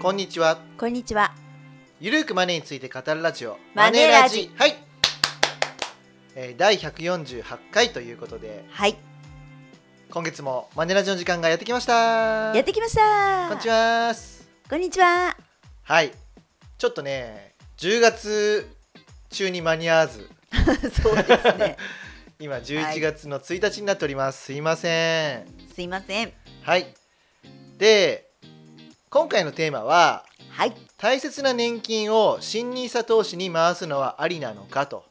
こんにちはこんにちは。ゆるくマネーについて語るラジオマネラジはい、えー、第148回ということではい。今月もマネラジの時間がやってきましたやってきました。こんにち。はこんに ちは。はいちょっとね10月中に間に合わずそうですね。今11月の1日になっております、すいません すいません。はいで今回のテーマははい。大切な年金を新 NISA 投資に回すのはありなのかと、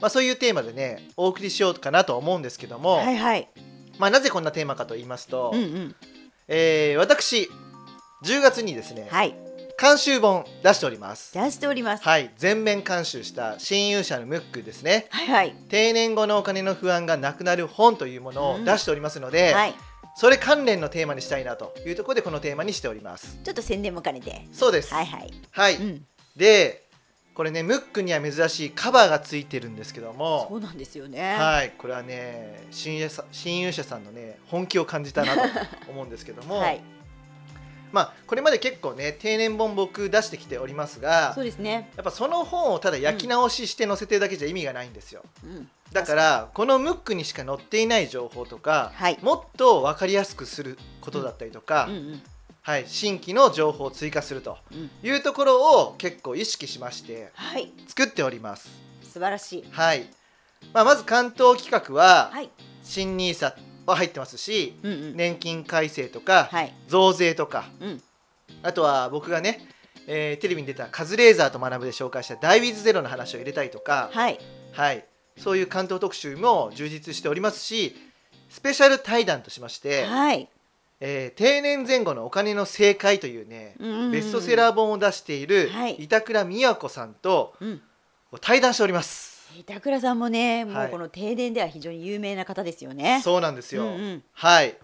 まあ、そういうテーマでねお送りしようかなと思うんですけども、はいはい。まあ、なぜこんなテーマかと言いますと、うんうん。えー私10月にですね、はい。監修本出しております。出しております。はい、全面監修した新勇者のムックですねはいはい。定年後のお金の不安がなくなる本というものを出しておりますので、はい。それ関連のテーマにしたいなというところでこのテーマにしておりますちょっと宣伝も兼ねて。そうですはいはい。はいうん。でこれねムックには珍しいカバーがついてるんですけどそもうなんですよね。はいこれはね親友さ親友者さんのね本気を感じた なと思うんですけども、はい。まあこれまで結構ね定年本僕出してきておりますがそうですね。やっぱその本をただ焼き直しして載せてるだけじゃ意味がないんですよ、うん。だからこのムックにしか載っていない情報とか、はいもっと分かりやすくすることだったりとか、うんうんはい、新規の情報を追加するとうん。いうところを結構意識しましてはい。作っております素晴らしい。はい、まあ、まず関東企画ははい。新 NISA は入ってますしうんうん。年金改正とかはい。増税とかうん。あとは僕がね、えーテレビに出た「カズレーザーと学ぶ」で紹介した「ダイウィズゼロの話を入れたりとか、はい。はい、そういう関東特集も充実しておりますしスペシャル対談としまして、はい。えー定年前後のお金の正解というね、ベストセー。ラー本を出しているはい板倉美也子さんとうん。対談しております。板倉さんもね、もはういこの停電では非常に有名な方ですよね。そうなんですよ、うんうんはい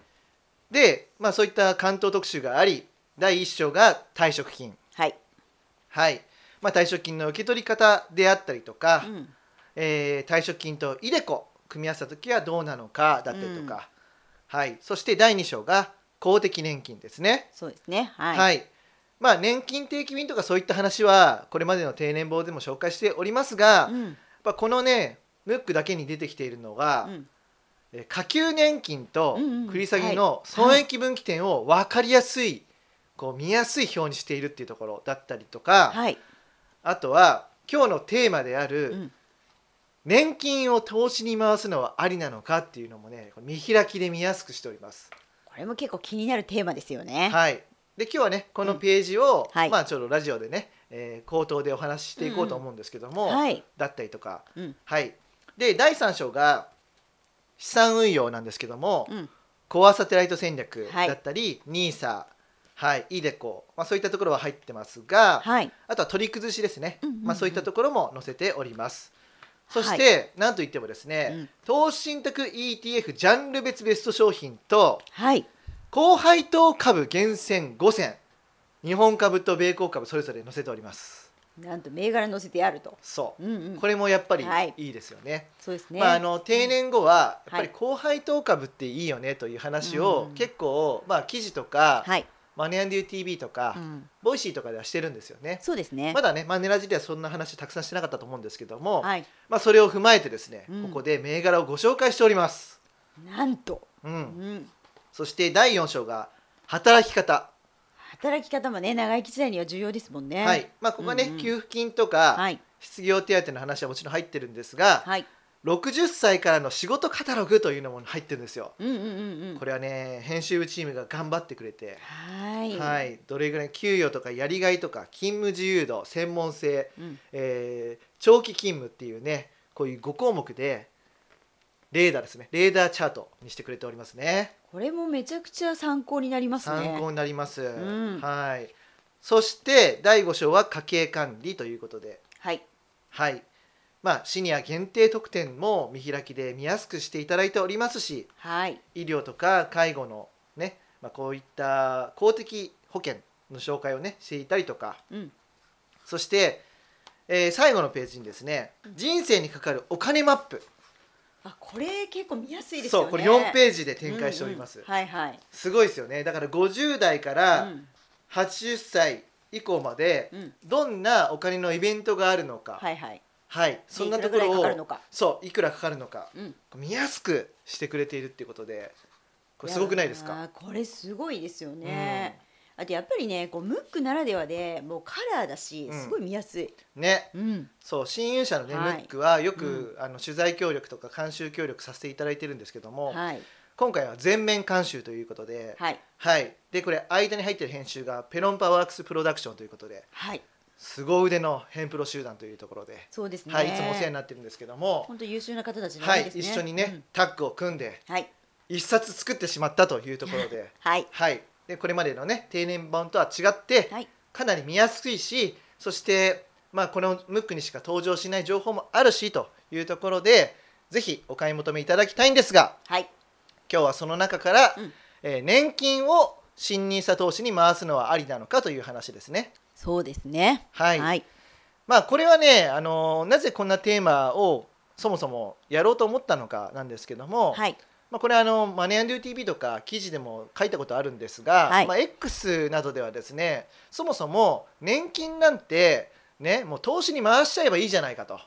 で、まあ、そういった関東特集があり第1章が退職金はい。はい、まあ、退職金の受け取り方であったりとか、うん。えー退職金とイデコ組み合わせた時はどうなのかだったりとか、はい、そして第2章が公的年金ですねそうですね。はい、はい。まあ、年金定期便とかそういった話はこれまでの定年法でも紹介しておりますが、うやっん。ぱこのねムックだけに出てきているのが、うん。えー下級年金とうんうん繰り下げの損益分岐点を分かりやすいこう見やすい表にしているっていうところだったりとかはい。あとは今日のテーマであうるん年金を投資に回すのはありなのかっていうのもねこれ見開きで見やすくしております。これも結構気になるテーマですよね。はいで今日はねこのページを、はいまあ、ちょっとラジオでね、えー口頭でお話ししていこうと思うんですけども、はい。だったりとか、うん。はい、で第3章が資産運用なんですけども、うん。コアサテライト戦略はいだったり、NISA、はい、イデコ、まあ、そういったところは入ってますが、はい。あとは取り崩しですね、うんうんうんまあ、そういったところも載せております。そして、はなんといってもですね、うん投資信託 ETF ジャンル別ベスト商品とはい。高配当株厳選5選日本株と米国株それぞれ載せておりますなんと銘柄載せてあると。そう、うんうん。これもやっぱりはいいいですよね、そうですね。まあ、あの定年後はやっぱはりい後輩等株っていいよねという話をうん結構、まあ、記事とか、はい。マネアンデュー TV とか、うん。ボイシーとかではしてるんですよね。そうですね。まだね、マネラジではそんな話たくさんしてなかったと思うんですけども、はい。まあ、それを踏まえてですね、うんここで銘柄をご紹介しております、なんと。う、うんん。そして第4章が働き方、働き方もね、長生き時代には重要ですもんね。はい。まあ、ここはね、うんうん給付金とか、はい。失業手当の話はもちろん入ってるんですが、はい。 60歳からの仕事カタログというのも入ってるんですよ。うんうんうんうん。これはね編集部チームが頑張ってくれて、はい。はい、どれぐらい給与とかやりがいとか勤務自由度専門性、うん。えー長期勤務っていうねこういう5項目でレーダーですねレーダーチャートにしてくれておりますねこれもめちゃくちゃ参考になりますね。参考になります、んはいそして第5章は家計管理ということではい。はいまあシニア限定特典も見開きで見やすくしていただいておりますしはい。医療とか介護のね、まあ、こういった公的保険の紹介をねしていたりとかうん。そして、えー最後のページにですね人生にかかるお金マップあ、これ結構見やすいですよそね。うこれ4ージページで展開しております、はいはい。すごいですよねだから50代かうらん80歳以降までうん、どんなお金のイベントがあるのか、はいはいはい。そんなところいくらぐらいかかるをのか。そういくらかかるのかうん。見やすくしてくれているっていうことでこれすごくないですやかーこれすごいですよね。あとやっぱりね、こうムックならではで、もうカラーだし、うんすごい見やすい。ねうん。そう新勇者のね、はいムックはよく、あの取材協力とか監修協力させていただいてるんですけども、はい今回は全面監修ということで、はいはい、でこれ間に入ってる編集がペロンパワークスプロダクションということではい。凄腕の編プロ集団というところで、そうですね。はい、いつもお世話になってるんですけども、本当優秀な方たちはなんいで、すね。一緒にね、タッグを組んでうん。はい一冊作ってしまったというところで はいはいでこれまでのね定年版とは違って、はいかなり見やすいしそして、まあ、このムックにしか登場しない情報もあるしというところでぜひお買い求めいただきたいんですがはい。今日はその中から、うんえー年金を新 NISA 投資に回すのはありなのかという話ですね。そうですね。はいはいまあ、これはね、あのーなぜこんなテーマをそもそもやろうと思ったのかなんですけども、はいまあ、これはあのマネーアンドゥ TV とか記事でも書いたことあるんですが、はいまあ、X などではですねそもそも年金なんて、ね、もう投資に回しちゃえばいいじゃないか と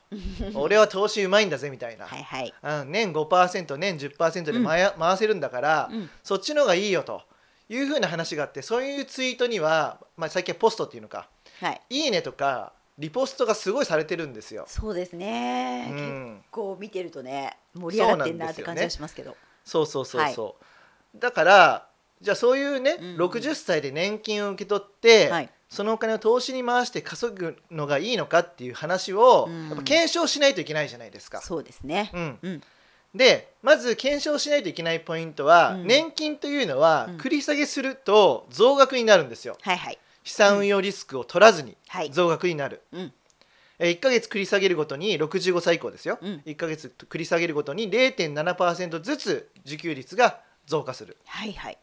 俺は投資うまいんだぜみたいな、はいはい。うん、年5%年10%で回,、回せるんだから、うんそっちの方がいいよというふうな話があってそういうツイートには、まあ、最近はポストっていうのかはい。 「いいね」とかリポストがすごいされてるんですよ。そうですうね。結ん、構見てるとね盛り上がってんなって感じがしますけど。そうそうそうそう、だからじゃあそういうね、うんうん60歳で年金を受け取って、はい。そのお金を投資に回して稼ぐのがいいのかっていう話を、うんやっぱ検証しないといけないじゃないですか。そうですね。うんうんでまず検証しないといけないポイントは、うん年金というのは、うん繰り下げすると増額になるんですよはいはい資産運用リスクを取らずにはい。増額になる、うんえ1ヶ月繰り下げるごとに65歳以降ですよ、うん1ヶ月繰り下げるごとに0.7%ずつ受給率が増加するはいはい。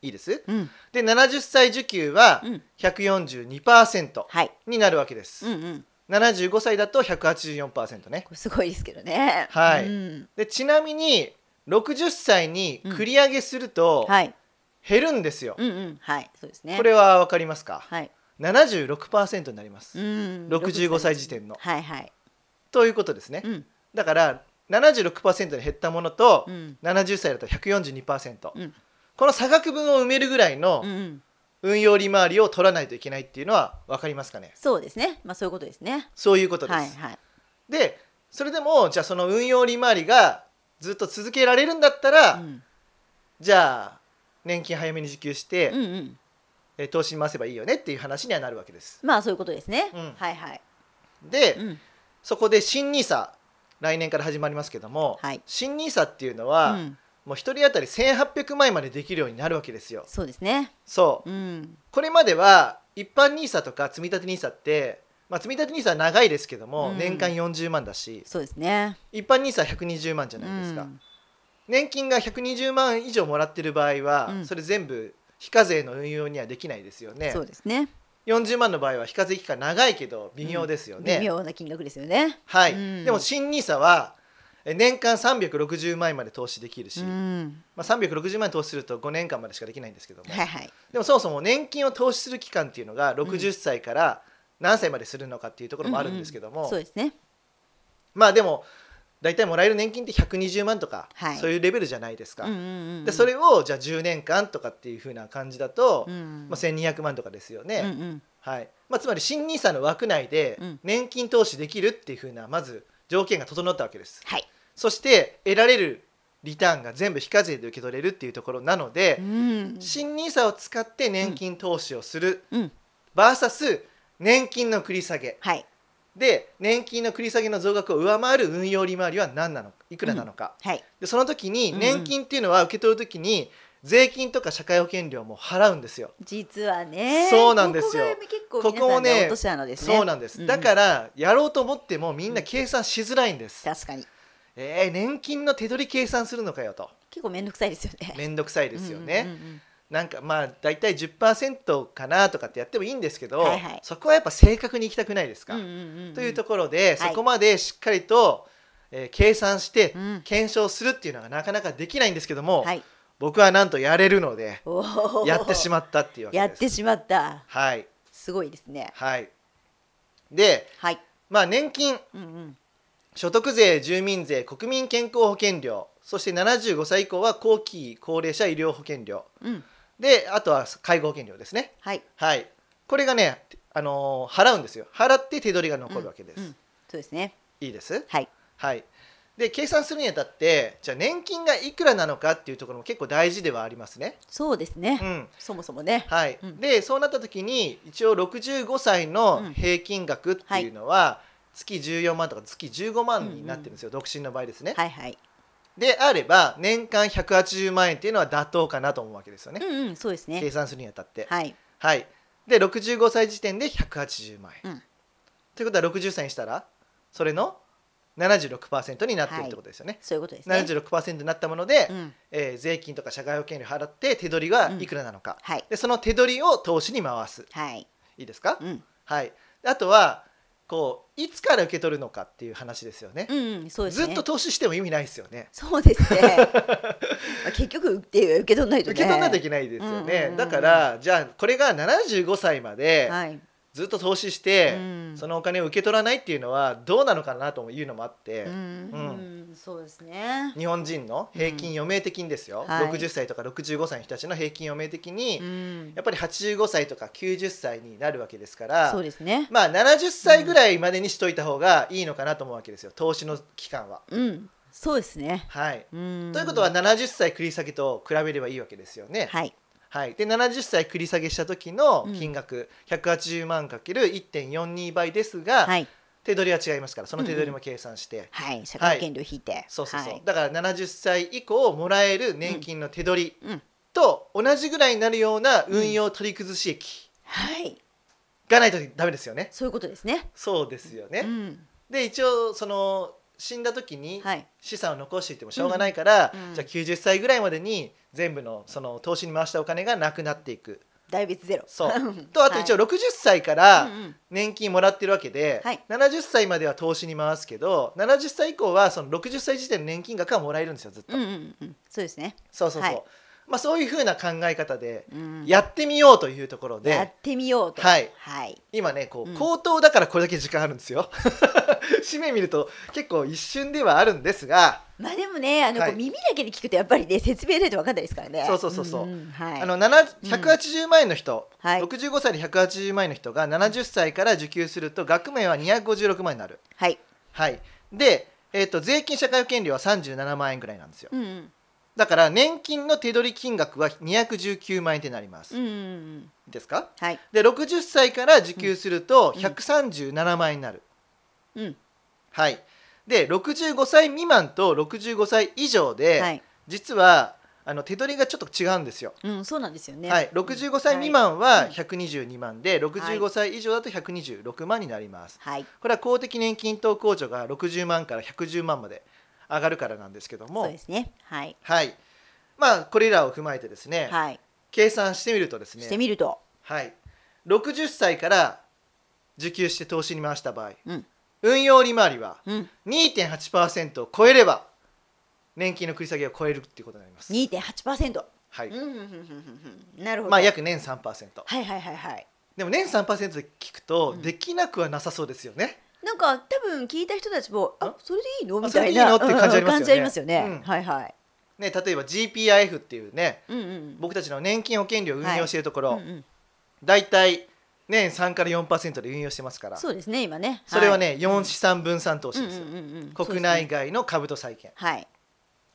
いいですうんで70歳受給はうん142%はい。になるわけでうんす、うん。 75歳だと184%ねこれすごいですけどね。はいうんでちなみに60歳に繰り上げするとはい。減るんですよ、うんうんはいそうですね。これは分かりますかはい。 76%になります、うん65歳時点のはいはい。ということですねうんだから76%に減ったものと、うん70歳だと142%、うんこの差額分を埋めるぐらいのうんうん。運用利回りを取らないといけないっていうのは分かりますかねそうですね。まあそういうことですね。そういうことです、はいはい。でそれでもじゃあその運用利回りがずっと続けられるんだったら、うんじゃあ年金早めに受給して、うんうん。えー投資に回せばいいよねっていう話にはなるわけですまあそういうことですね。うんはいはい。で、うんそこで新ニーサ来年から始まりますけども、はい新ニーサっていうのは、うんもう一人当たり1800万円までできるようになるわけですよそうですね。そううんこれまでは一般 NISA とか積立 NISA って、まあ、積立 NISA は長いですけども、うん年間40万だしそうですね。一般 NISA は120万じゃないですか、うん年金が120万以上もらってる場合は、うんそれ全部非課税の運用にはできないですよねそうですね。 40万の場合は非課税期間長いけど微妙ですよね、微妙な金額ですよね。はい、うんでも新 NISA はえ年間360万円まで投資できるし、うんまあ、360万円投資すると5年間までしかできないんですけども、はいはい。でもそもそも年金を投資する期間っていうのが60歳から何歳までするのかっていうところもあるんですけども、そうですね。まあでも大体もらえる年金って120万とか、はいそういうレベルじゃないですか、うんうんうん。でそれをじゃあ10年間とかっていうふうな感じだと、うんまあ、1200万とかですよね、うんうんはいまあ、つまり新 NISA の枠内でうん年金投資できるっていうふうなまず条件が整ったわけですはい。そして得られるリターンが全部非課税で受け取れるっていうところなので、うん新 NISA を使って年金投資をする、うんバーサス年金の繰り下げはいで年金の繰り下げの増額を上回る運用利回りは何なのかいくらなのか、はい。でその時にうんうん年金っていうのは受け取る時に税金とか社会保険料も払うんですよ、実はね。そうなんですよここが結構ここもね皆さん落とし穴ですね。そうなんです、うんだからやろうと思ってもみんな計算しづらいんです、確かにえー年金の手取り計算するのかよと結構面倒くさいですよね。面倒くさいですよね、うんうんうんうんなんかまあ大体10%かなとかってやってもいいんですけど、はいはいそこはやっぱ正確にいきたくないですか、うんうんんんというところで、はいそこまでしっかりと、えー計算してうん検証するっていうのがなかなかできないんですけども、はい。僕はなんとやれるのでおーやってしまったっていうわけです。やってしまった。はい、すごいですね。はいではい。まあ年金うんうん。所得税住民税国民健康保険料そして75歳以降は後期高齢者医療保険料うん。であとは介護保険料ですねはい。はいこれがね、あのー払うんですよ払って手取りが残るわけです、うんうんそうですね。いいですはい。はいで計算するにあたってじゃあ年金がいくらなのかっていうところも結構大事ではありますねそうですね。うんそもそもね。はい、うんでそうなった時に一応65歳の平均額っていうのは月14万とか月15万になってるんですよ、独身の場合ですね、はいはい。であれば年間180万円っていうのは妥当かなと思うわけですよね、うんうん。そうですね計。算するにあたってはい。はい、で65歳時点で180万円、うんということは60歳にしたらそれの76%になってるってことですよね、そういうことですね。 76%になったもので、うん。えー税金とか社会保険料払って手取りがいくらなのか、はい。でその手取りを投資に回すはい。いいですか、うん。はいあとはこういつから受け取るのかっていう話ですよね、うんうん。そうですずね。っと投資しても意味ないですよねそうですね。 まあ結局って受け取らないと受ね。け取らないといけないですよね、うんうんうんだからじゃあこれが75歳まではい。ずっと投資して、うんそのお金を受け取らないっていうのはどうなのかなというのもあって、ううんうん。そうですね。日本人の平均余命的にですよ、うんはい60歳とか65歳の人たちの平均余命的に、うんや。っぱり85歳とか90歳になるわけですからそうですね。まあ70歳ぐらいまでにしといた方がいいのかなと思うわけですよ投資の期間は。うん。そうですね。はいうん。ということは70歳繰り下げと比べればいいわけですよね。はい。はい、で70歳繰り下げした時の金額、180万かける1.42倍ですが、はい。手取りは違いますからその手取りも計算して、はい。社会保険料引いて。そうそうそう、はいだから70歳以降もらえる年金の手取りうん。と同じぐらいになるような運用取り崩し益はい。がないとダメですよね。そういうことですね。そうですよね、うん。で一応その死んだ時にはい。資産を残していってもしょうがないから、うんうんじゃあ90歳ぐらいまでに全部のその投資に回したお金がなくなっていく大別ゼロ。 そうとあと一応はい60歳かうらんうん年金もらってるわけで、はい70歳までは投資に回すけど70歳以降はその60歳時点の年金額はもらえるんですよずっと、うんうんうん。そうですね。そうそうそう、はいまあ、そういうふうな考え方でうん。やってみようというところやで、ってみようと。はいはい。今ねこう、うん口頭だからこれだけ時間あるんですよ 紙面見ると結構一瞬ではあるんですがまあでもね、あの、はいこう耳だけで聞くとやっぱりね、説明ないと分かんないですからね。そうそうそうそうんんはい。あの7 180万円の人、はい65歳で180万円の人が70歳から受給すると額面は256万円になる、はい。はい、で、えー、と税金社会保険料は37万円ぐらいなんですようんうん。だから年金の手取り金額は219万円ってなります、うんうんうん。ですかはい。で60歳から受給するとうん137万円になる、うん。はいで65歳未満と65歳以上で、はい。実はあの手取りがちょっと違うんですようん、そうなんですよね。はい、65歳未満はうん122万で、65歳以上だと126万になります。はい。これは公的年金等控除が60万から110万まで上がるからなんですけどそうもで、すね。はい。はい、まあこれらを踏まえてですね、はい。計算してみるとですしてね、みると。はい、60歳から受給して投資に回した場合、うん運用利回りはうん。 2.8%を超えれば年金の繰り下げを超えるっていうことになります。二点八パーセント。はいうん、うん、うん、うん、うん。なるほど。まあ約年3%。はい、はい、はい、はい。でも年3%で聞くとうんできなくはなさそうですよね。なんか、多分聞いた人たちも、うんあ、それでいいのあみたいな。それでいいのって感じありますよねうんうん感じありますよね。うんはい、はい。ね例えば GPIF っていうねうん、うん。僕たちの年金保険料を運用しているとこうろ、んうん大体年3から4%で運用してますからそそうですね、今ね。れははい、ね、4資産分散投資うん、ですよ、うん、うん、うん。国内が。外の株と債券はい。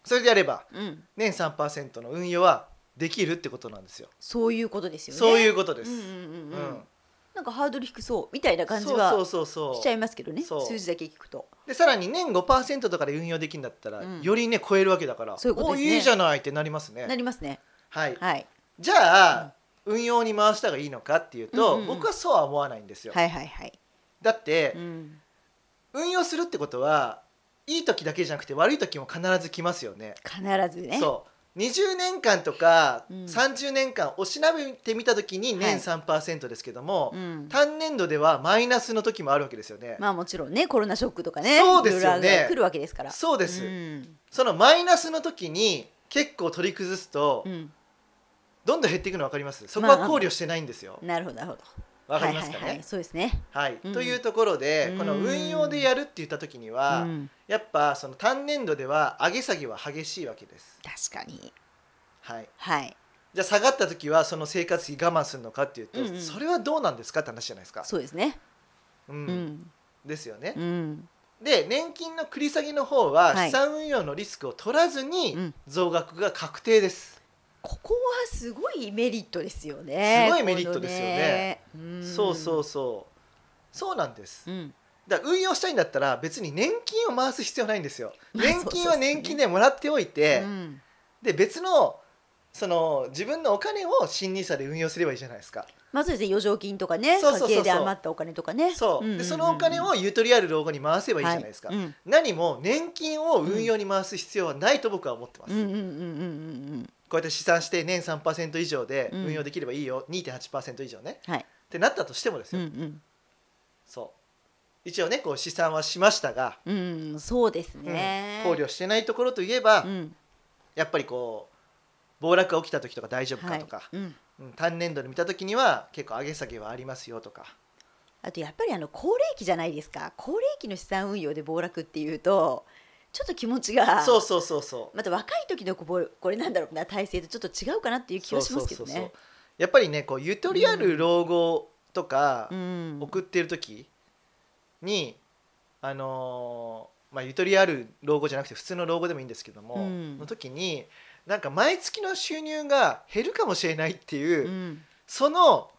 それでやればうん。年3%の運用はできるってことなんですよ、そういうことですよね。そういううことです、ん、ううん、んうん、うん。なんかハードル低そうみたいな感じそうは。そうそうしちそゃういますけどね。そう数字だけ聞くと。でさらに年5%とかで運用できるんだったら、うんよりね超えるわけだからそういうことですねおいいじゃないってなりますなね、りますね。はい、はい。じゃあ、運用に回した方がいいのかっていうと、うんうんうん僕はそうは思わないんですよ、はい、はい、はい。だってう、ん。運用するってことはいい時だけじゃなくて悪い時も必ず来ますよね必ずね。そう20年間とかうん30年間おしなべてみた時に年3%ですけども、うん。単年度ではマイナスの時もあるわけですよね、まあもちろんねコロナショックとかねそうですよねいろいろ来るわけですからうそうです、んそのマイナスの時に結構取り崩すと、うんどんどん減っていくの分かりますそこは考慮してないんですよ、なるほどなるほど分わかりますかね。はいはいはい、そうですね。はい、うんというところで、うんこの運用でやるって言った時には、うんやっぱその単年度では上げ下げは激しいわけです。確かに。はい、はい。じゃあ下がった時はその生活費我慢するのかっていうと、うんうんそれはどうなんですかって話じゃないですか。そうですね。ううんん。ですよね。うん。で年金の繰り下げの方ははい資産運用のリスクを取らずうにん増額が確定です。ここはすごいメリットですよね。すごいメリットですよねこのね。んそうそうそうそうなんです。うん。だから運用したいんだったら別に年金を回す必要ないんですよ。まあ年金 そうそうそはう年金でもらっておいて。うんで別のその自分のお金を新ニーサで運用すればいいじゃないですかまあそうですね。余剰金とかね、そうそうそうそう家計で余ったお金とかね。そう,、んんんでそのお金をゆとりある老後に回せばいいじゃないですか、はいうん何も年金を運用に回す必要はないと僕は思ってます、うんこうんうんうんうんうん。うやって試算して年3%以上でうん運用できればいいよ、2.8%以上ね、はいってなったとしてもですうよ、んそう一応ねこう試算はしましたが、うん。うん、そうでうすんね。考慮してないところといえば、うん。やっぱりこう暴落が起きた時とか大丈夫はかいとか、うん。うん単年度で見た時には結構上げ下げはありますよとかあとやっぱりあの高齢期じゃないですか。高齢期の資産運用で暴落っていうと、ちょっと気持ちが。そうそうそうそうまた若い時のこぼこれなんだろうな体制とちょっと違うかなっていう気はしますけどそうそうそうねそう。やっぱりねこうゆとりある老後とかうん送ってる時に、あのーまあ、ゆとりある老後じゃなくて普通の老後でもいいんですけども、うんの時になんか毎月の収入が減るかもしれないっていう、うんその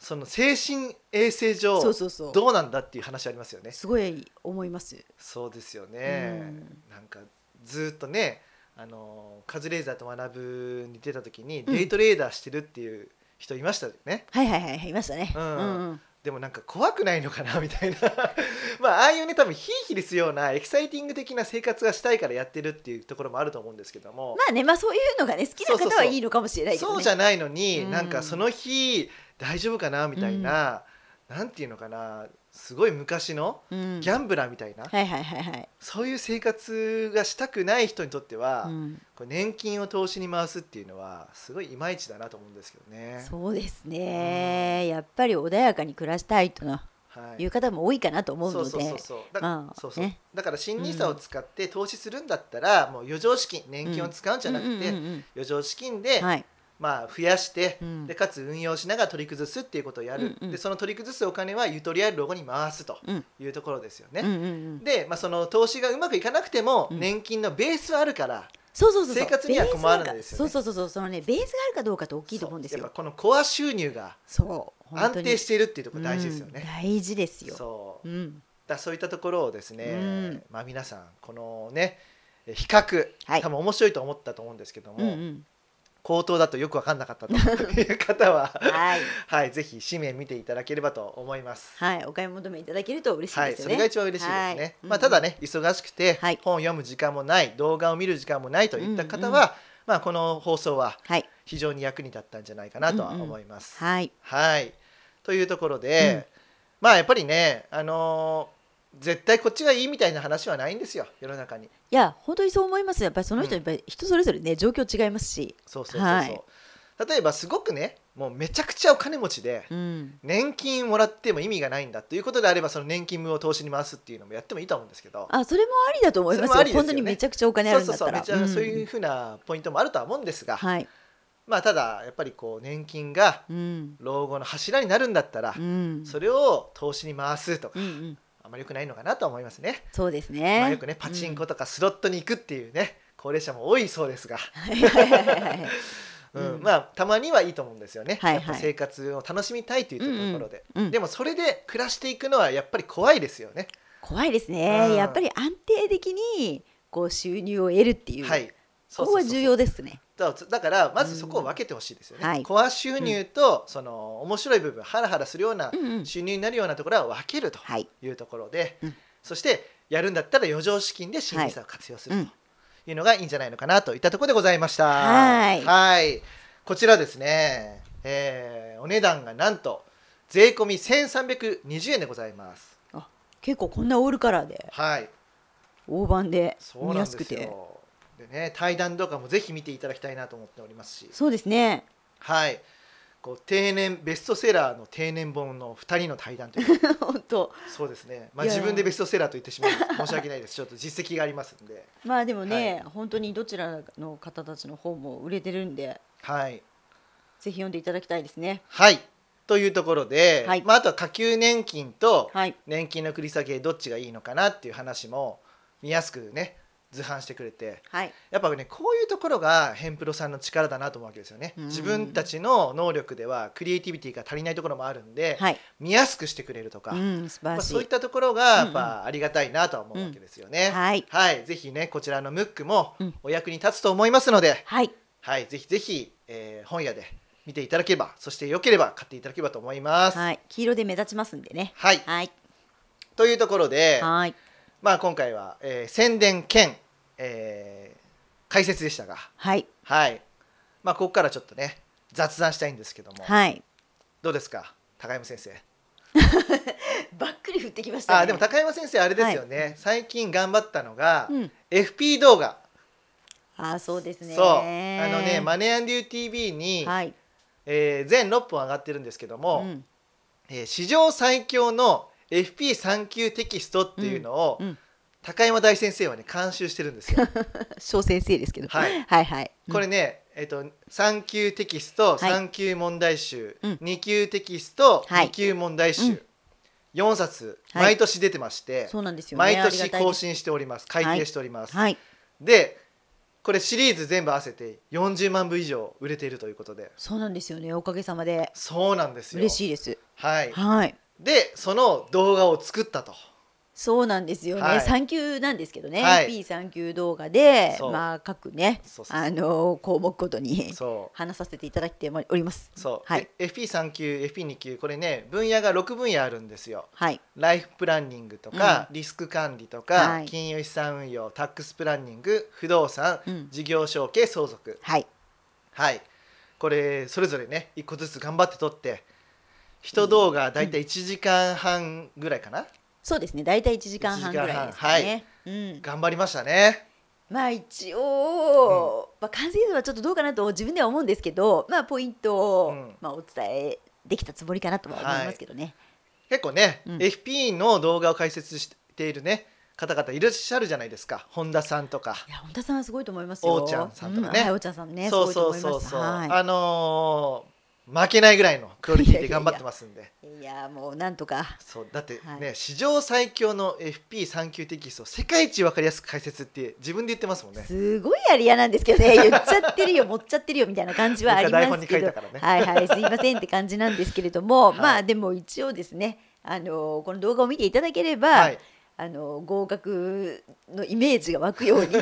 その精神衛生上そうそうそう。どうなんだっていう話ありますよね。すごい思います。そうですよね、うんなんかずっとねあのカズレーザーと学ぶに出た時にうんデイトレーダーしてるっていう人いましたよね、はいはいはいはいいましたね。うんうんでもなんか怖くないのかなみたいな まあああいうね多分ヒリヒリするようなエキサイティング的な生活がしたいからやってるっていうところもあると思うんですけども、まあねまあそういうのがね好きなそう方そうそうはいいのかもしれないけどね。そうじゃないのに、うんなんかその日大丈夫かなみたいな、なんていうのかなすごい昔のうんギャンブラーみたいな、はいはいはいはい。そういう生活がしたくない人にとっては、うんこれ年金を投資に回すっていうのはすごいいまいちだなと思うんですけどね。そうですね。やっぱり穏やかに暮らしたいとのはいいう方も多いかなと思うそのうそうそでう。そうだ,、まあそうそうねだから新ニーサを使って投資するんだったら、もう余剰資金年金を使うんじゃなくて、うんうんうん余剰資金うで、んはい。まあ、増やして、うんでかつ運用しながら取り崩すっていうことをやる、うんうんでその取り崩すお金はゆとりあるロゴに回すとうんいうところですようんうね。んうん。で、まあ、その投資がうまくいかなくてもうん年金のベースはあるから、そうそうそうそう。生活には困らないですよねベースがそうそうそうそうそのねベースがあるかどうかって大きいと思うんですそうやっよ。ぱこのコア収入がそう。安定してているっていうところ大事ですよね。大事ですよ。そううん。だそういったところをですね、うんまあ皆さんこのねえ比較、はい多分面白いと思ったと思うんですけども、うんうん。口頭だとよく分かんなかったという方は、 はい。はい、ぜひ紙面見ていただければと思います。はい、お買い求めいただけると嬉しいはでい、すそよね。れが一番嬉しいですね。はいまあ、ただ、ね、忙しくて、はい本を読む時間もない、動画を見る時間もないといった方は、うんまあ、この放送はうんはい、非常に役に立ったんじゃないかなとは思います。はい、はい、というところで、まあやっぱりね、あのー絶対こっちがいいみたいな話はないんですよ世の中に。いや、本当にそう思います。やっぱりその人、うやっぱり人それぞれね、状況違いますし。そうそうそうそう、はい例えばすごくねもうめちゃくちゃお金持ちでうん、年金もらっても意味がないんだということであればその年金分を投資に回すっていうのもやってもいいと思うんですけど。あ、それもありだと思いますそれもあよ。りですよね本当にめちゃくちゃお金あそうるんそうそうだっためら。ちゃそういうんふうなポイントもあるとは思うんですが、はい、まあただやっぱりこう年金がうん、老後の柱になるんだったら、うん、それを投資に回すとか、うん、うん、あんまり良くないのかなと思いますね。そうですまあ、ね。よくねパチンコとかスロットに行くっていうね、高齢者も多いそうですが、うん。はいはいはいはいはいうんうんまあたまにはいいと思うんですよね、はいはいやっぱ生活を楽しみたいというところで、うんうんうんでもそれで暮らしていくのはやっぱり怖いですよね、怖いですね、うんやっぱり安定的に、こう収入を得るっていう。はいここは重要ですね。だだからまずそこを分けてほしいですよね、うんはいコア収入とその面白い部分ハラハラするようなうんうん収入になるようなところは分けるとはいいうところで、うんそしてやるんだったら余剰資金で新入社を活用するはいうんというのがいいんじゃないのかなといったところでございました。はいはいこちらですね、えーお値段がなんと税込み1320円でございます。結構こんなオールカラーで、はい、大判でそう見なやんすくですて。よ。でね、対談とかもぜひ見ていただきたいなと思っておりますし、そうですね。 はい、こう定年ベストセラーの定年本の2人の対談という か本当そうですね、まあ、いやいや自分でベストセラーと言って しまう申し訳ないですちょっと実績がありますんでまあでもね、本当にどちらの方たちの方も売れてるんではいぜひ読んでいただきたいですねはいというところで、はいまあ、あとは下級年金とはい年金の繰り下げどっちがいいのかなっていう話も見やすくね図版してくれてはいやっぱねこういうところがヘンプロさんの力だなと思うわけですよねうん自分たちの能力ではクリエイティビティが足りないところもあるんで、はい見やすくしてくれるとか、うん素晴まらあ、しい、そういったところがやっぱありがたいなとは思うわけですよね、はいはい、ぜひねこちらのムックもうんお役に立つと思いますので、はいはい、ぜひぜひ、えー本屋で見ていただければそしてよければ買っていただければと思います。はい、はい黄色で目立ちますんでねはいというところで、はいまあ、今回は、えー宣伝兼、えー解説でしたが、はいはいまあ、ここからちょっとね雑談したいんですけども、はい どうですか高山先生。ばっくり振ってきましたねあでも高山先生あれですよね、最近頑張ったのが、うん FP 動画。あそうですねそうあのねマネー &UTV に、はいえー全6本上がってるんですけども、うんえー史上最強の FP3 級テキストっていうのを、うんうん高山大先生はね監修してるんですよ。小先生ですけど、はいはいはいこれね、えっと3級テキストい3級問題集、うん2級テキストはい2級問題集、うん4冊はい毎年出てまして、そうなんですよね毎ありが年たいで更す新しております改訂しております。はいでこれシリーズ全部合わせて40万部以上売れているということでそうなんですよねおかげさまでそうなんですよ。嬉しいですはい、はいでその動画を作ったとそうなんですよね、はい3級なんですけどね、はい P3 級動画でそうまあ各ねそうそうそうあの項目ごとにそ話させていただいておりますうそう、はいで FP3 級 FP2 級これね分野が6分野あるんですよはいライフプランニングとか、リスク管理とか、はい金融資産運用タックスプランニング不動産、うん事業承継相続はいはいこれそれぞれね一個ずつ頑張って撮って一動画だいたい1時間半ぐらいかな、そうですね大体1時間半ぐらいですかね、うん、頑張りましたねまあ一応、まあ、完成度はちょっとどうかなと自分では思うんですけどまあポイントを、うんまあ、お伝えできたつもりかなとは思いますけどね、結構ね、うん FP の動画を解説しているね方々いらっしゃるじゃないですか本田さんとかい、や本田さんはすごいと思いますよおーちゃんさんとかねうはいおーちゃんさんねそうそうそうすそう、ごいと思いますはあのー負けないぐらいのクオリティで頑張ってますんでいいやもうなんとかそうだってね、はい史上最強の FP3 級テキスト世界一わかりやすく解説って自分で言ってますもんねすごいやりやなんですけど ね言っちゃってるよ持っちゃってるよみたいな感じはあり僕はま台本すに書けいどたからねはいはいすいませんって感じなんですけれども、 はいまあでも一応ですねあのこの動画を見ていただければ、はいあの合格のイメージが湧くように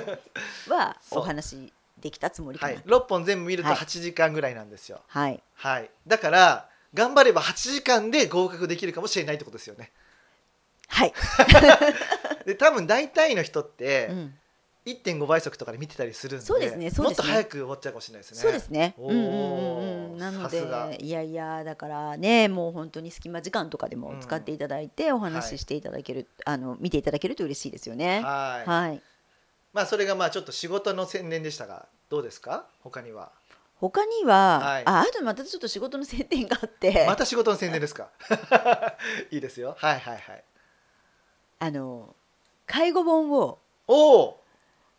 は そうお話しできたつもりかはな。い、6本全部見るとはい8時間ぐらいなんですよはい、はい、だから頑張れば8時間で合格できるかもしれないってことですよ ね はい、で多分大体の人ってうん、 1.5倍速とかで見てたりするんでそうですねそうもでっすねと早く終わっちゃうかもしれないですねそうですね。うんおうーんうんうん、なのさすがで、いやいや、だからね、もう本当に隙間時間とかでも使っていただいて、お話ししていただける、あの見ていただけると嬉しいですよね。はい、はい。まあそれがまあちょっと仕事の宣伝でしたがどうですか他には他には、はいあ、あとまたちょっと仕事の宣伝があって、また仕事の宣伝 ですかいいですよはいはいはいあの介護本をおお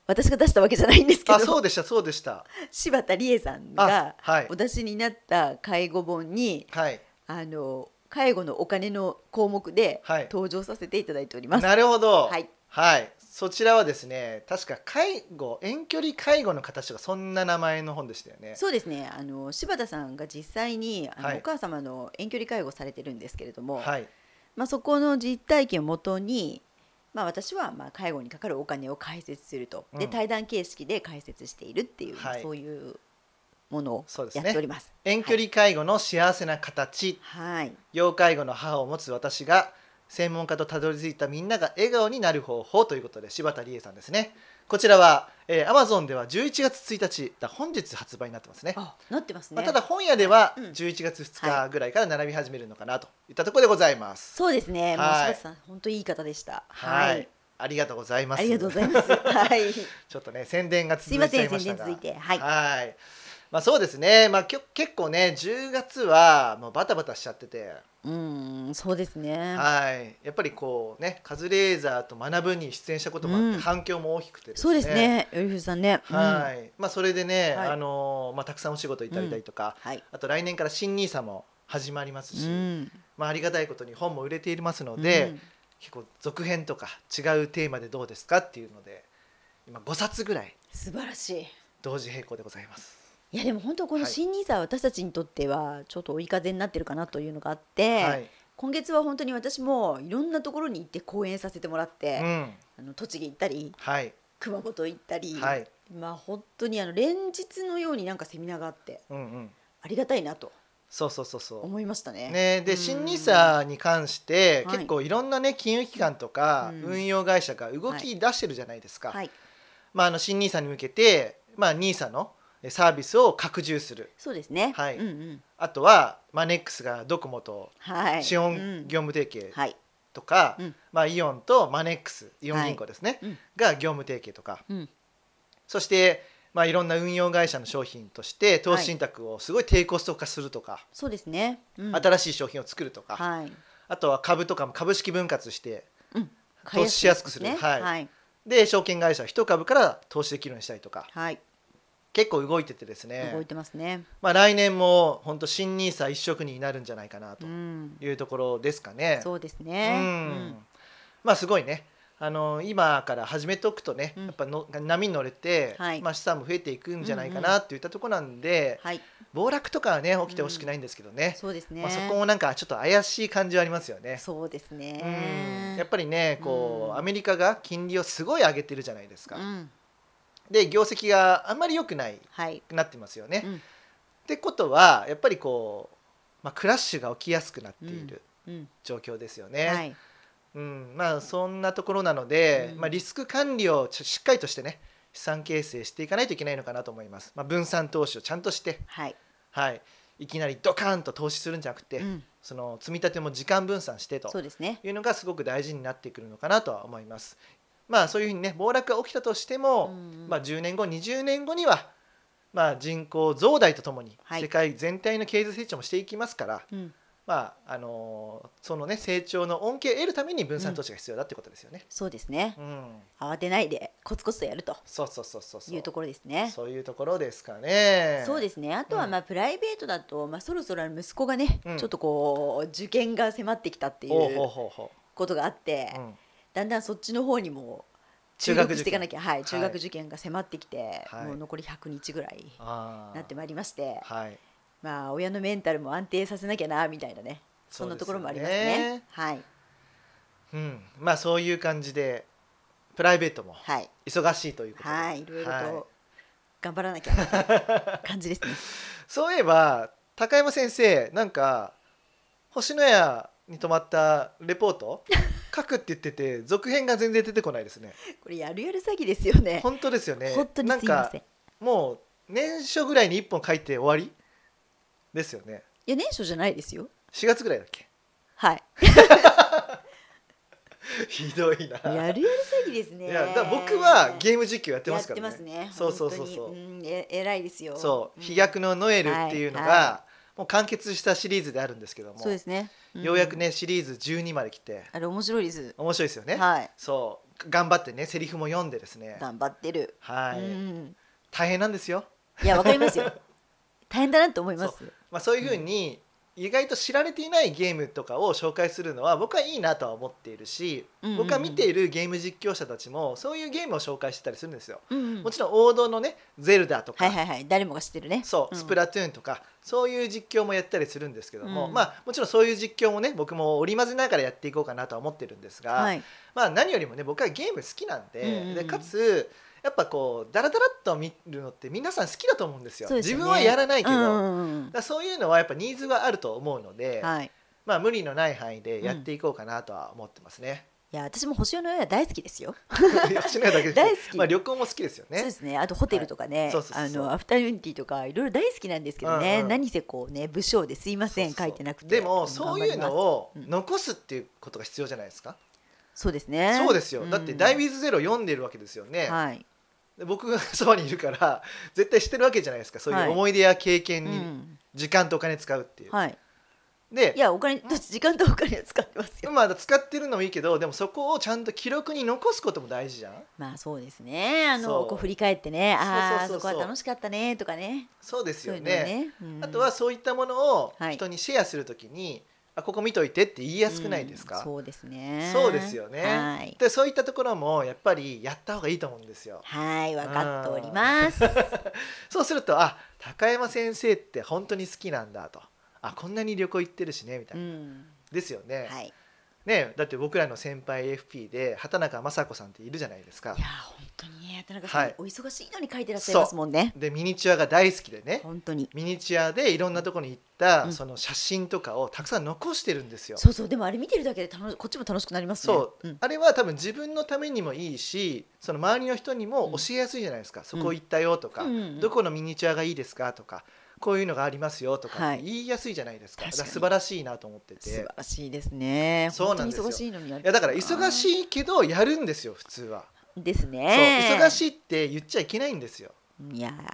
私が出したわけじゃないんですけあそど、うでしたそうでした柴田理恵さんあがはいお出しになった介護本に、はいあの介護のお金の項目ではい登場させていただいております。なるほどはい、はいそちらはですね確か介護遠距離介護の形とかそんな名前の本でしたよねそうですね。あの柴田さんが実際にあの、はいお母様の遠距離介護をされてるんですけれども、はいまあそこの実体験をもとに、まあ私はまあ介護にかかるお金を解説すると、でうん対談形式で解説しているっていう、はいそういうものをそうですやねっております。遠距離介護の幸せな形はい、要介護の母を持つ私が専門家とたどり着いたみんなが笑顔になる方法ということで柴田理恵さんですねこちらは、えー、Amazon では11月1日だ本日発売になってますねあ、なってますね。まあ、ただ本屋ではうん11月2日ぐらいから並び始めるのかなといったところでございます、そうですね。もうはい柴田さん本当いい方でした。はい、ありがとうございます ありがとうございます。はい。ちょっとね宣伝がす続いいまちせゃん、いま宣した伝が続いて、はい。はいまあそうですね、まあ、きょ結構ね10月はもうバタバタしちゃってて、うん、そうですね。はいやっぱりこうねカズレーザーと学ぶに出演したこともあって、うん反響も大きくてですねそうですね。よりふじさんね。うんはい、まあそれでね、はいあのーまあ、たくさんお仕事いただいたりとか、はい。あと来年から新ニーサも始まりますし、うんまあ、ありがたいことに本も売れていますので、うん結構続編とか違うテーマでどうですかっていうので今5冊ぐらい素晴らしい。同時並行でございます。いやでも本当このはい新ニーサは私たちにとってはちょっと追い風になってるかなというのがあって、はい今月は本当に私もいろんなところに行って講演させてもらってう、んあの栃木行ったりはい熊本行ったり、はいまあ本当にあの連日のようになんかセミナーがあってうんうん、ありがたいなとそうそうそうそう。思いましたね。ね、うでん新ニーサに関してはい結構いろんなね金融機関とかうん運用会社が動き出してるじゃないですか、はい、まあ、あの新ニーサに向けて、まあ、ニーサのえサービスを拡充するそうですね。はいうんうん、あとは、まあ、ネックスがドコモとはい。資本うん業務提携はい。とか、うんまあ、イオンとマネックスイオン銀行ですね、はいうんが業務提携とかうん。そして、まあ、いろんな運用会社の商品として投資信託をすごい低コスト化するとか、そうですね。うん、新しい商品を作るとか、はい。あとは株とかも株式分割して買いしやすくするですねはいはい。で証券会社1株から投資できるようにしたりとかはい。結構動いててですね動いてますね。まあ、来年も本当新ニーサ一色になるんじゃないかなとうん。いうところですかね。そうですうね。んまあすごいねあの今から始めておくとね、うんやっぱの波に乗れて、はいまあ、資産も増えていくんじゃないかなっていったところなんで、はい。暴落とかはね起きてほしくないんですけどね,、そうですね。まあ、そこもなんかちょっと怪しい感じはありますよね。そうですうねん。やっぱりねこう、うんアメリカが金利をすごい上げてるじゃないですか、うん。で業績があんまり良くないはい。なってますよね。うんってことはやっぱりこう、まあ、クラッシュが起きやすくなっているうん。状況ですよね。はい。うん、まあそんなところなので、うんまあ、リスク管理をちょしっかりとしてね資産形成していかないといけないのかなと思います、まあ、分散投資をちゃんとして、はい。はい、いきなりドカーンと投資するんじゃなくて、うん。その積み立ても時間分散してとそうですね。いうのがすごく大事になってくるのかなとは思いますまあそういうふうにね暴落が起きたとしても、うんうんまあ、10年後20年後には、まあ、人口増大とともにはい世界全体の経済成長もしていきますから、うん。まああのーそのね成長の恩恵を得るために分散投資が必要だってことですよね。そうですね。うん、慌てないでコツコツとやるとそうそうそうそうそう。いうところですね。そういうところですかね。。そうですすねあとうはんまあプライベートだと、まあ、そろそろあの息子がね、うんちょっとこう受験が迫ってきたっていほうほううほうほことがあって、う。うん、だんだんそっちの方にも中注学力受験していかなきゃ、はい、中はい学受験が迫ってきて、はいもう残り100日ぐらいああ。なってまいりましてはい。まあ親のメンタルも安定させなきゃなみたいなねそんなところもありますね。はい、うん、まあそういう感じでプライベートもはい、忙しいということで。はい、いろいろはいと頑張らなきゃみたいな感じです ね。そういえば高山先生なんか星のやに泊まったレポー ト書くって言ってて続編が全然出てこないですね。これやるやる詐欺ですよね。本当ですよね。本当にすいません。いもう年初ぐらいに1本書いて終わりですよねや年初じゃないですよ。 4月ぐらいだっけ はい。ひどいなやるやる詐欺ですね。いやだから僕はゲーム実況やってやまっすかてらまねすね。そうそうそうそう本当にうん、え偉いですよ。そう「ん飛躍のノエル」っていうのはいがはもう完結したシリーズであるんですけどもそうですね。んようやく。ねシリーズ12まで来てあれ面白いです。面白いですよね、はい。そう頑張ってねセリフも読んでですね頑張ってる。はい、うん。大変なんですよ、いやわかりますよ。大変だなと思います。まあ、そういうふうに、意外と知られていないゲームとかを紹介するのは僕はいいなとは思っているし、うんうんうん僕が見ているゲーム実況者たちもそういうゲームを紹介してたりするんですよ。うんうんもちろん王道のね「ゼルダ」とか、はいはいはい。誰もが知ってるね。そう「んスプラトゥーン」とかそういう実況もやったりするんですけども、うんまあもちろんそういう実況もね僕も織り交ぜながらやっていこうかなとは思ってるんですが、はい。まあ何よりもね僕はゲーム好きなんで,、うんうんうんでかつやっぱこうダラダラっと見るのって皆さん好きだと思うんですよ。そうです自よね分はやらないけど、うんだかうんうんらそういうのはやっぱニーズはあると思うので、はい。まあ無理のない範囲でやっていこうかなとは思ってますね。いや私も星野のは大好きですよ。 吉野家だけで大好きまあ旅行も好きですよそうでね。すね。あとホテルとかはいねそうそう、そうあそうのアフタヌーンティーとかいろいろ大好きなんですけどね。うんうん何せこうね武将ですいませんそうそうそう書いてなくて。でもそういうのををうん残すっていうことが必要じゃないですか。そうですね。そうですよ。だってダイぶビーズゼロ読んでるわけですよね。はい。で僕がそばにいるから 絶対してるわけじゃないですかそういはいう思い出や経験うにん、時間とお金使うっていう。はい。でいやお金と時間とお金は使ってますよ。まあ使ってるのもいいけどでもそこをちゃんと記録に残すことも大事じゃんまあそうですね。あそのうこう振り返ってね、ああそうそうそうそうそこは楽しかったねとかね。そうですそうよいうねのね。うんあとはそういったものをはい人にシェアするときに、あここ見といてって言いやすくないですか、うんそうですね。そうですよねはい。でそういったところもやっぱりやった方がいいと思うんですよはい、わかっております。そうするとあ高山先生って本当に好きなんだとあこんなに旅行行ってるしねみたういな、ん、ですよね,、はい。いねだって僕らの先輩 FP で畑中雅子さんっているじゃないですかやー本当にね、田中さん、はいお忙しいのに書いてらっしゃいますもんね。でミニチュアが大好きでね本当に。ミニチュアでいろんなところに行った、うんその写真とかをたくさん残してるんですよ。そうそう、でもあれ見てるだけで楽しこっちも楽しくなりますね。そううんあれは多分自分のためにもいいしその周りの人にも教えやすいじゃないですか、そこ行ったよとか、うんうんうんどこのミニチュアがいいですかとかこういうのがありますよとはかい言いやすいじゃないですか,、確だかにから素晴らしいなと思って素晴てらしいですね。そうなんですよ本当に忙しいのにやいやだから忙しいいけどやるんですよ普通は、ですね。そう忙い。しいって言っちゃいけないんですよいやいやいや。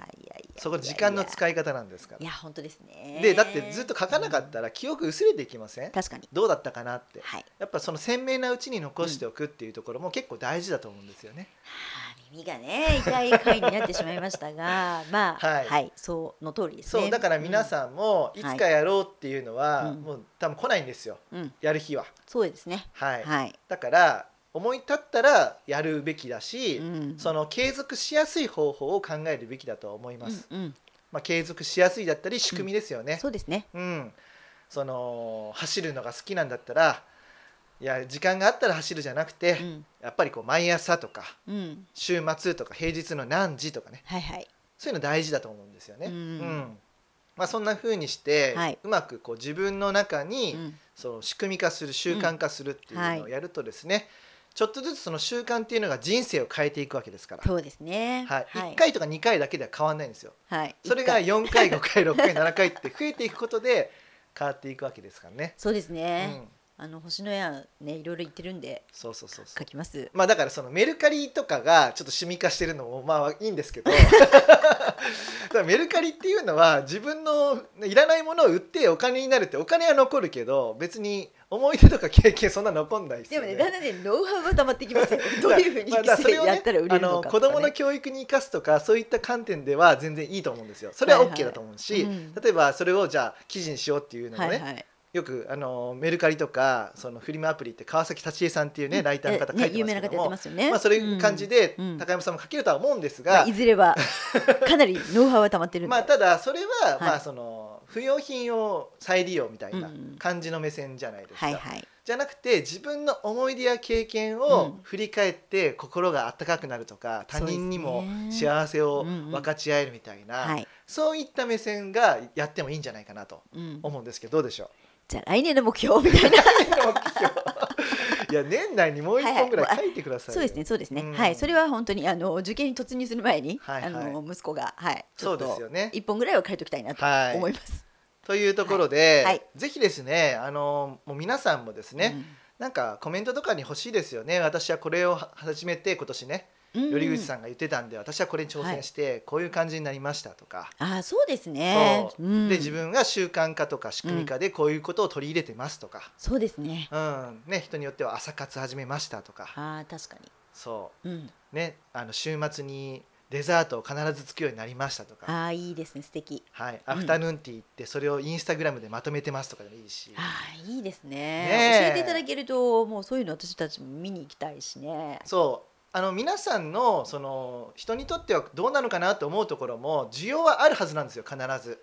そこ時間のい使い方なんですかや。いらや本当ですね。でだってずっと書かなかったら記憶薄れていきません、うん確かに。どうだったかなってはい。やっぱその鮮明なうちに残しておくっていうところも結構大事だと思うんですよね。はあ耳がね痛い回になってしまいました が、まあははいい、その通りですね。そうだから皆さんもいんつかやろうっていうのは、はいうんもう多分来ないんですようん、うん、やる日は。そうですね。はい、はい。だから思い立ったらやるべきだし、うんその継続しやすい方法を考えるべきだと思います。うんうん、まあ、継続しやすいだったり仕組みですよね。そうですね。うん、その走るのが好きなんだったらいや時間があったら走るじゃなくて、うん、やっぱりこう毎朝とかうん、週末とか平日の何時とかねはいはい。そういうの大事だと思うんですよね。うんまあ、そんな風にして、はいうまくこう自分の中に、うん、その仕組み化する習慣化するっていうのはをいやるとですね、ちょっとずつその習慣っていうのが人生を変えていくわけですから、そうですね。はいはい1。回とか2回だけでは変わらないんですよ。はい、それが一回4回5回6回7回って増えていくことで変わっていくわけですからね。そうですうね。ん、あの星のやねいろいろ言ってるんでそうそうそうそ書うきます。まあだからそのメルカリとかがちょっとシミ化してるのもまあいいんです けどただメルカリっていうのは自分のいらないものを売ってお金になるってお金は残るけど別に思い出とか経験そんな残んないですでよもね。ねだんだんねノウハウが溜まって きますよ。どういうふうにだからだからそれをねやったら売れるのかあとか、ね。の子供の教育に生かすとかそういった観点では全然いいと思うんですよそれははいはい OK だと思うし、うん例えばそれをじゃあ記事にしようっていうのもね、はいはい。よくあのメルカリとかそのフリマアプリって川崎幸恵さんっていうね、ライターの方書いてますね有名なけ方どやっもてますよね。まあ、そういう感じんでうん高山さんも書けるとは思うんですまがあ、いず れはかなりノウハウは溜まってるんで。まあ、ただそれは、いまあ、その不要品を再利用みたいなうんうん感じの目線じゃないですか、はいはい。じゃなくて自分の思い出や経験うをん振り返って心が温かくなるとか他人にもそうですね幸せをうんうん分かち合えるみたいな、はい。そういった目線がやってもいいんじゃないかなとうん。思うんですけどどうでしょうじゃあ来年の目標み たいな。いや年内にもう一本ぐらい書いてくださいそうよですね、そうですね。うんはい、それは本当にあの受験に突入する前に、はいはいあの息子がはい、ちょっそうですとよね一本ぐらいは書いときたいなとはい思います。というところで、はいはいぜひですねあのもう皆さんもですね、うんなんかコメントとかに欲しいですよね私はこれをは始めて今年ねうん頼口さんが言ってたんで私はこれに挑戦してこういう感じになりましたとか、あー、そうですね。そううんで自分が習慣化とか仕組み化でこういうことを取り入れてますとか、そうですね。うんね、人によっては朝活始めましたとかああ、確かに。そうん。う、ね、あの週末にデザートを必ずつくようになりましたとか、ああ、いいですね、素敵。はい、アフタヌーンティーってそれをインスタグラムでまとめてますとかでもいいし。ああ、いいですねねえ教えていただけると、もうそういうの私たちも見に行きたいしね。そうあの皆さんのその人にとってはどうなのかなと思うところも需要はあるはずなんですよ必ず。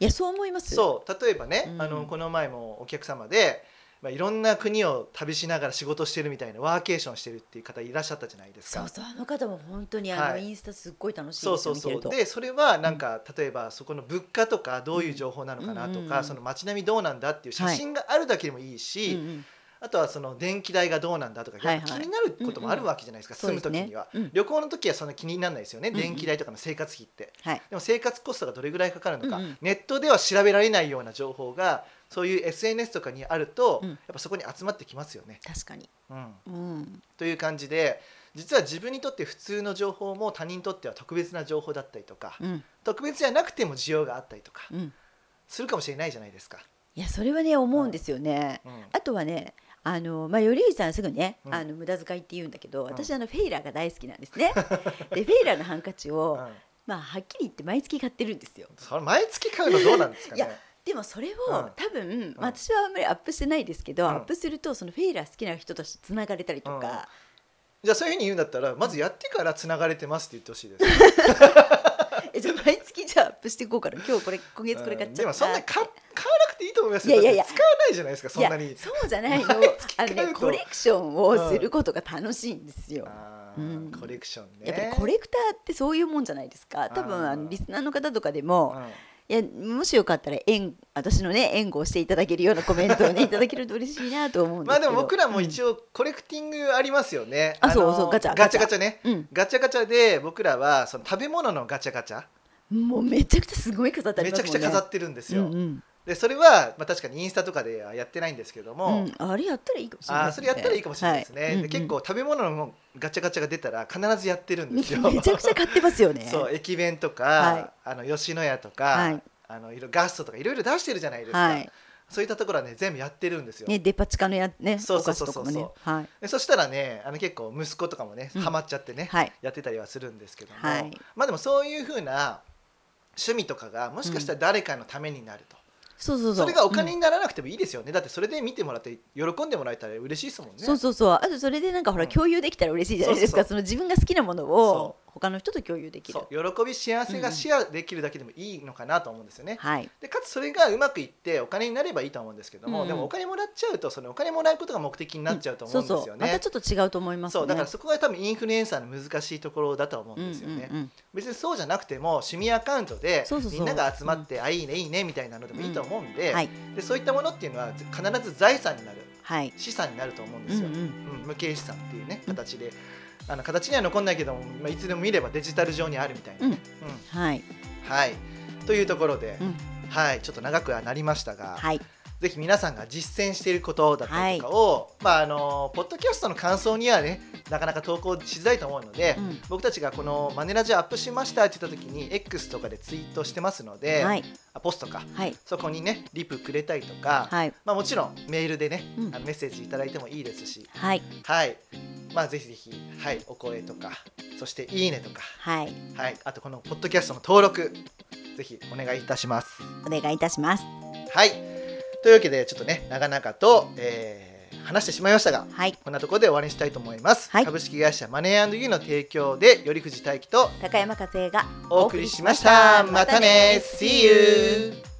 いや、そう思います。そう例えばね、うんあのこの前もお客様で、まあ、いろんな国を旅しながら仕事してるみたいなワーケーションしてるっていう方いらっしゃったじゃないですそかう。そうあの方も本当にあの、はいインスタすっごい楽しいそうですそようそ見てるとうでそれはなんか、例えばそこの物価とかどういう情報なのかなとうんうんか、うんうんその街並みどうなんだっていう写真があるだけでもいいし、うんうんあとはその電気代がどうなんだとか、はいはい気になることもあるわけじゃないですか、そうで住すむ時にねは。。うん旅行の時はそんな気にならないですよね、んうん電気代とかの生活費ってはい。でも生活コストがどれぐらいかかるのか、うんうんネットでは調べられないような情報がそういう SNS とかにあると、うんやっぱそこに集まってきますよね、確かに。うんうん。という感じで実は自分にとって普通の情報も他人にとっては特別な情報だったりとか、うん特別じゃなくても需要があったりとかうん、するかもしれないじゃないですか。いやそれはね思うんですよね。うんあとはねあの、まあ、頼家さんすぐね、うんあの無駄遣いって言うんだけどん私あのフェイラーが大好きなんです ね。でフェイラーのハンカチを、うんまあ、はっきり言って毎月買ってるんですよ。それ毎月買うのどうなんですかいやね。でもそれを、うん多分、まあ私はあんまりアップしてないですけど、うんアップするとそのフェイラー好きな人としてつながれたりとか、じゃあそういうふうに言うんだったらまずやってからつながれてますって言ってほしいです。えじゃあ毎月じゃあアップしていこうかな今日これ今月これ買っうんちでゃもった、そんな買買わなくていいと思いますよ。いやいやいやだって使わないじゃないですかそんないやに。そうじゃないのあの、買うね、とコレクションをすることが楽しいんですよ。あうーんコレクションね。やっぱりコレクターってそういうもんじゃないですか多分あーあのリスナーの方とかでも、うんいやもしよかったら援私のね援護をしていただけるようなコメントをねいただけると嬉しいなと思うんでますあでけども僕らも応、一応コレクティングありますよね。あそうのそうガチャガチャガチャね。うんガチャガチャで僕らはその食べ物のガチャガチャうんもうめちゃくちゃすごい飾ってあめりまちゃすもんくねちゃ飾てってるんですよ。うんうんでそれはまあ確かにインスタとかではやってないんですけども。うんあれやったらいいかもしれないあーそれやったらいいかもしれないですね、はうんうでん結構食べ物のガチャガチャが出たら必ずやってるんですよめちゃくちゃ買ってますよね そう駅弁とか、はあの吉野家とか、はいあのいろガストとかいろいろ出してるじゃないですか、はいそういったところはね全部やってるんですよ、ねデパ地下のやねそうそうそうそうお菓子とかもねはいでそしたらねあの結構息子とかもねうんハマっちゃってね、はいやってたりはするんですけども、はいまあでもそういうふうな趣味とかがもしかしたら誰かのためになると、そうそうそうそれがお金うんにならなくてもいいですよね、だってそれで見てもらって喜んでもらえたら嬉しいですもんねそうそうそうあとそれでなんかほら、うん共有できたら嬉しいじゃないですかそうその自分が好きなものそを他の人と共有できるそう喜び幸せがシェアできるだけでもいいのかなと思うんですよね、はいでかつそれがうまくいってお金になればいいと思うんですけども、うんでもお金もらっちゃうとそのお金もらうことが目的になっちゃうと思うんですそようそうまたねち。ょっと違うと思いますねそうだからそこが多分インフルエンサーの難しいところだとは思うんですよね、うんうんうん別にそうじゃなくても趣味アカウントでそうそうそうみんなが集まって「あいいねいいね」みたいなのでもいいと思うんで,、はいでそういったものっていうのは必ず財産になるはい資産になると思うんうでんすうよ、んうん無形資産っていうね形で、あの形には残んないけども、まあ、いつでも見ればデジタル上にあるみたいな、ねはういんはいというところで、うんはいちょっと長くはなりましたが、はいぜひ皆さんが実践していることだったりとかを、まああのポッドキャストの感想にはねなかなか投稿しづらいと思うので、うん僕たちがこのマネラジアアップしましたって言った時に X とかでツイートしてますので、はいあポストかはいそこにねリプくれたりとか、はいまあ、もちろんメールでね、うんあのメッセージいただいてもいいですしはいはいまあぜひぜひ、はい、お声とかそしていいねとか、はいはい、あとこのポッドキャストの登録ぜひお願いいたします。お願いいたしますはい。というわけで、ちょっとね、長々と、えー話してしまいましたが、はいこんなところで終わりにしたいと思います。はい株式会社マネーユーの提供で、より富士大輝と高山和恵がお送りしました。またね !See you!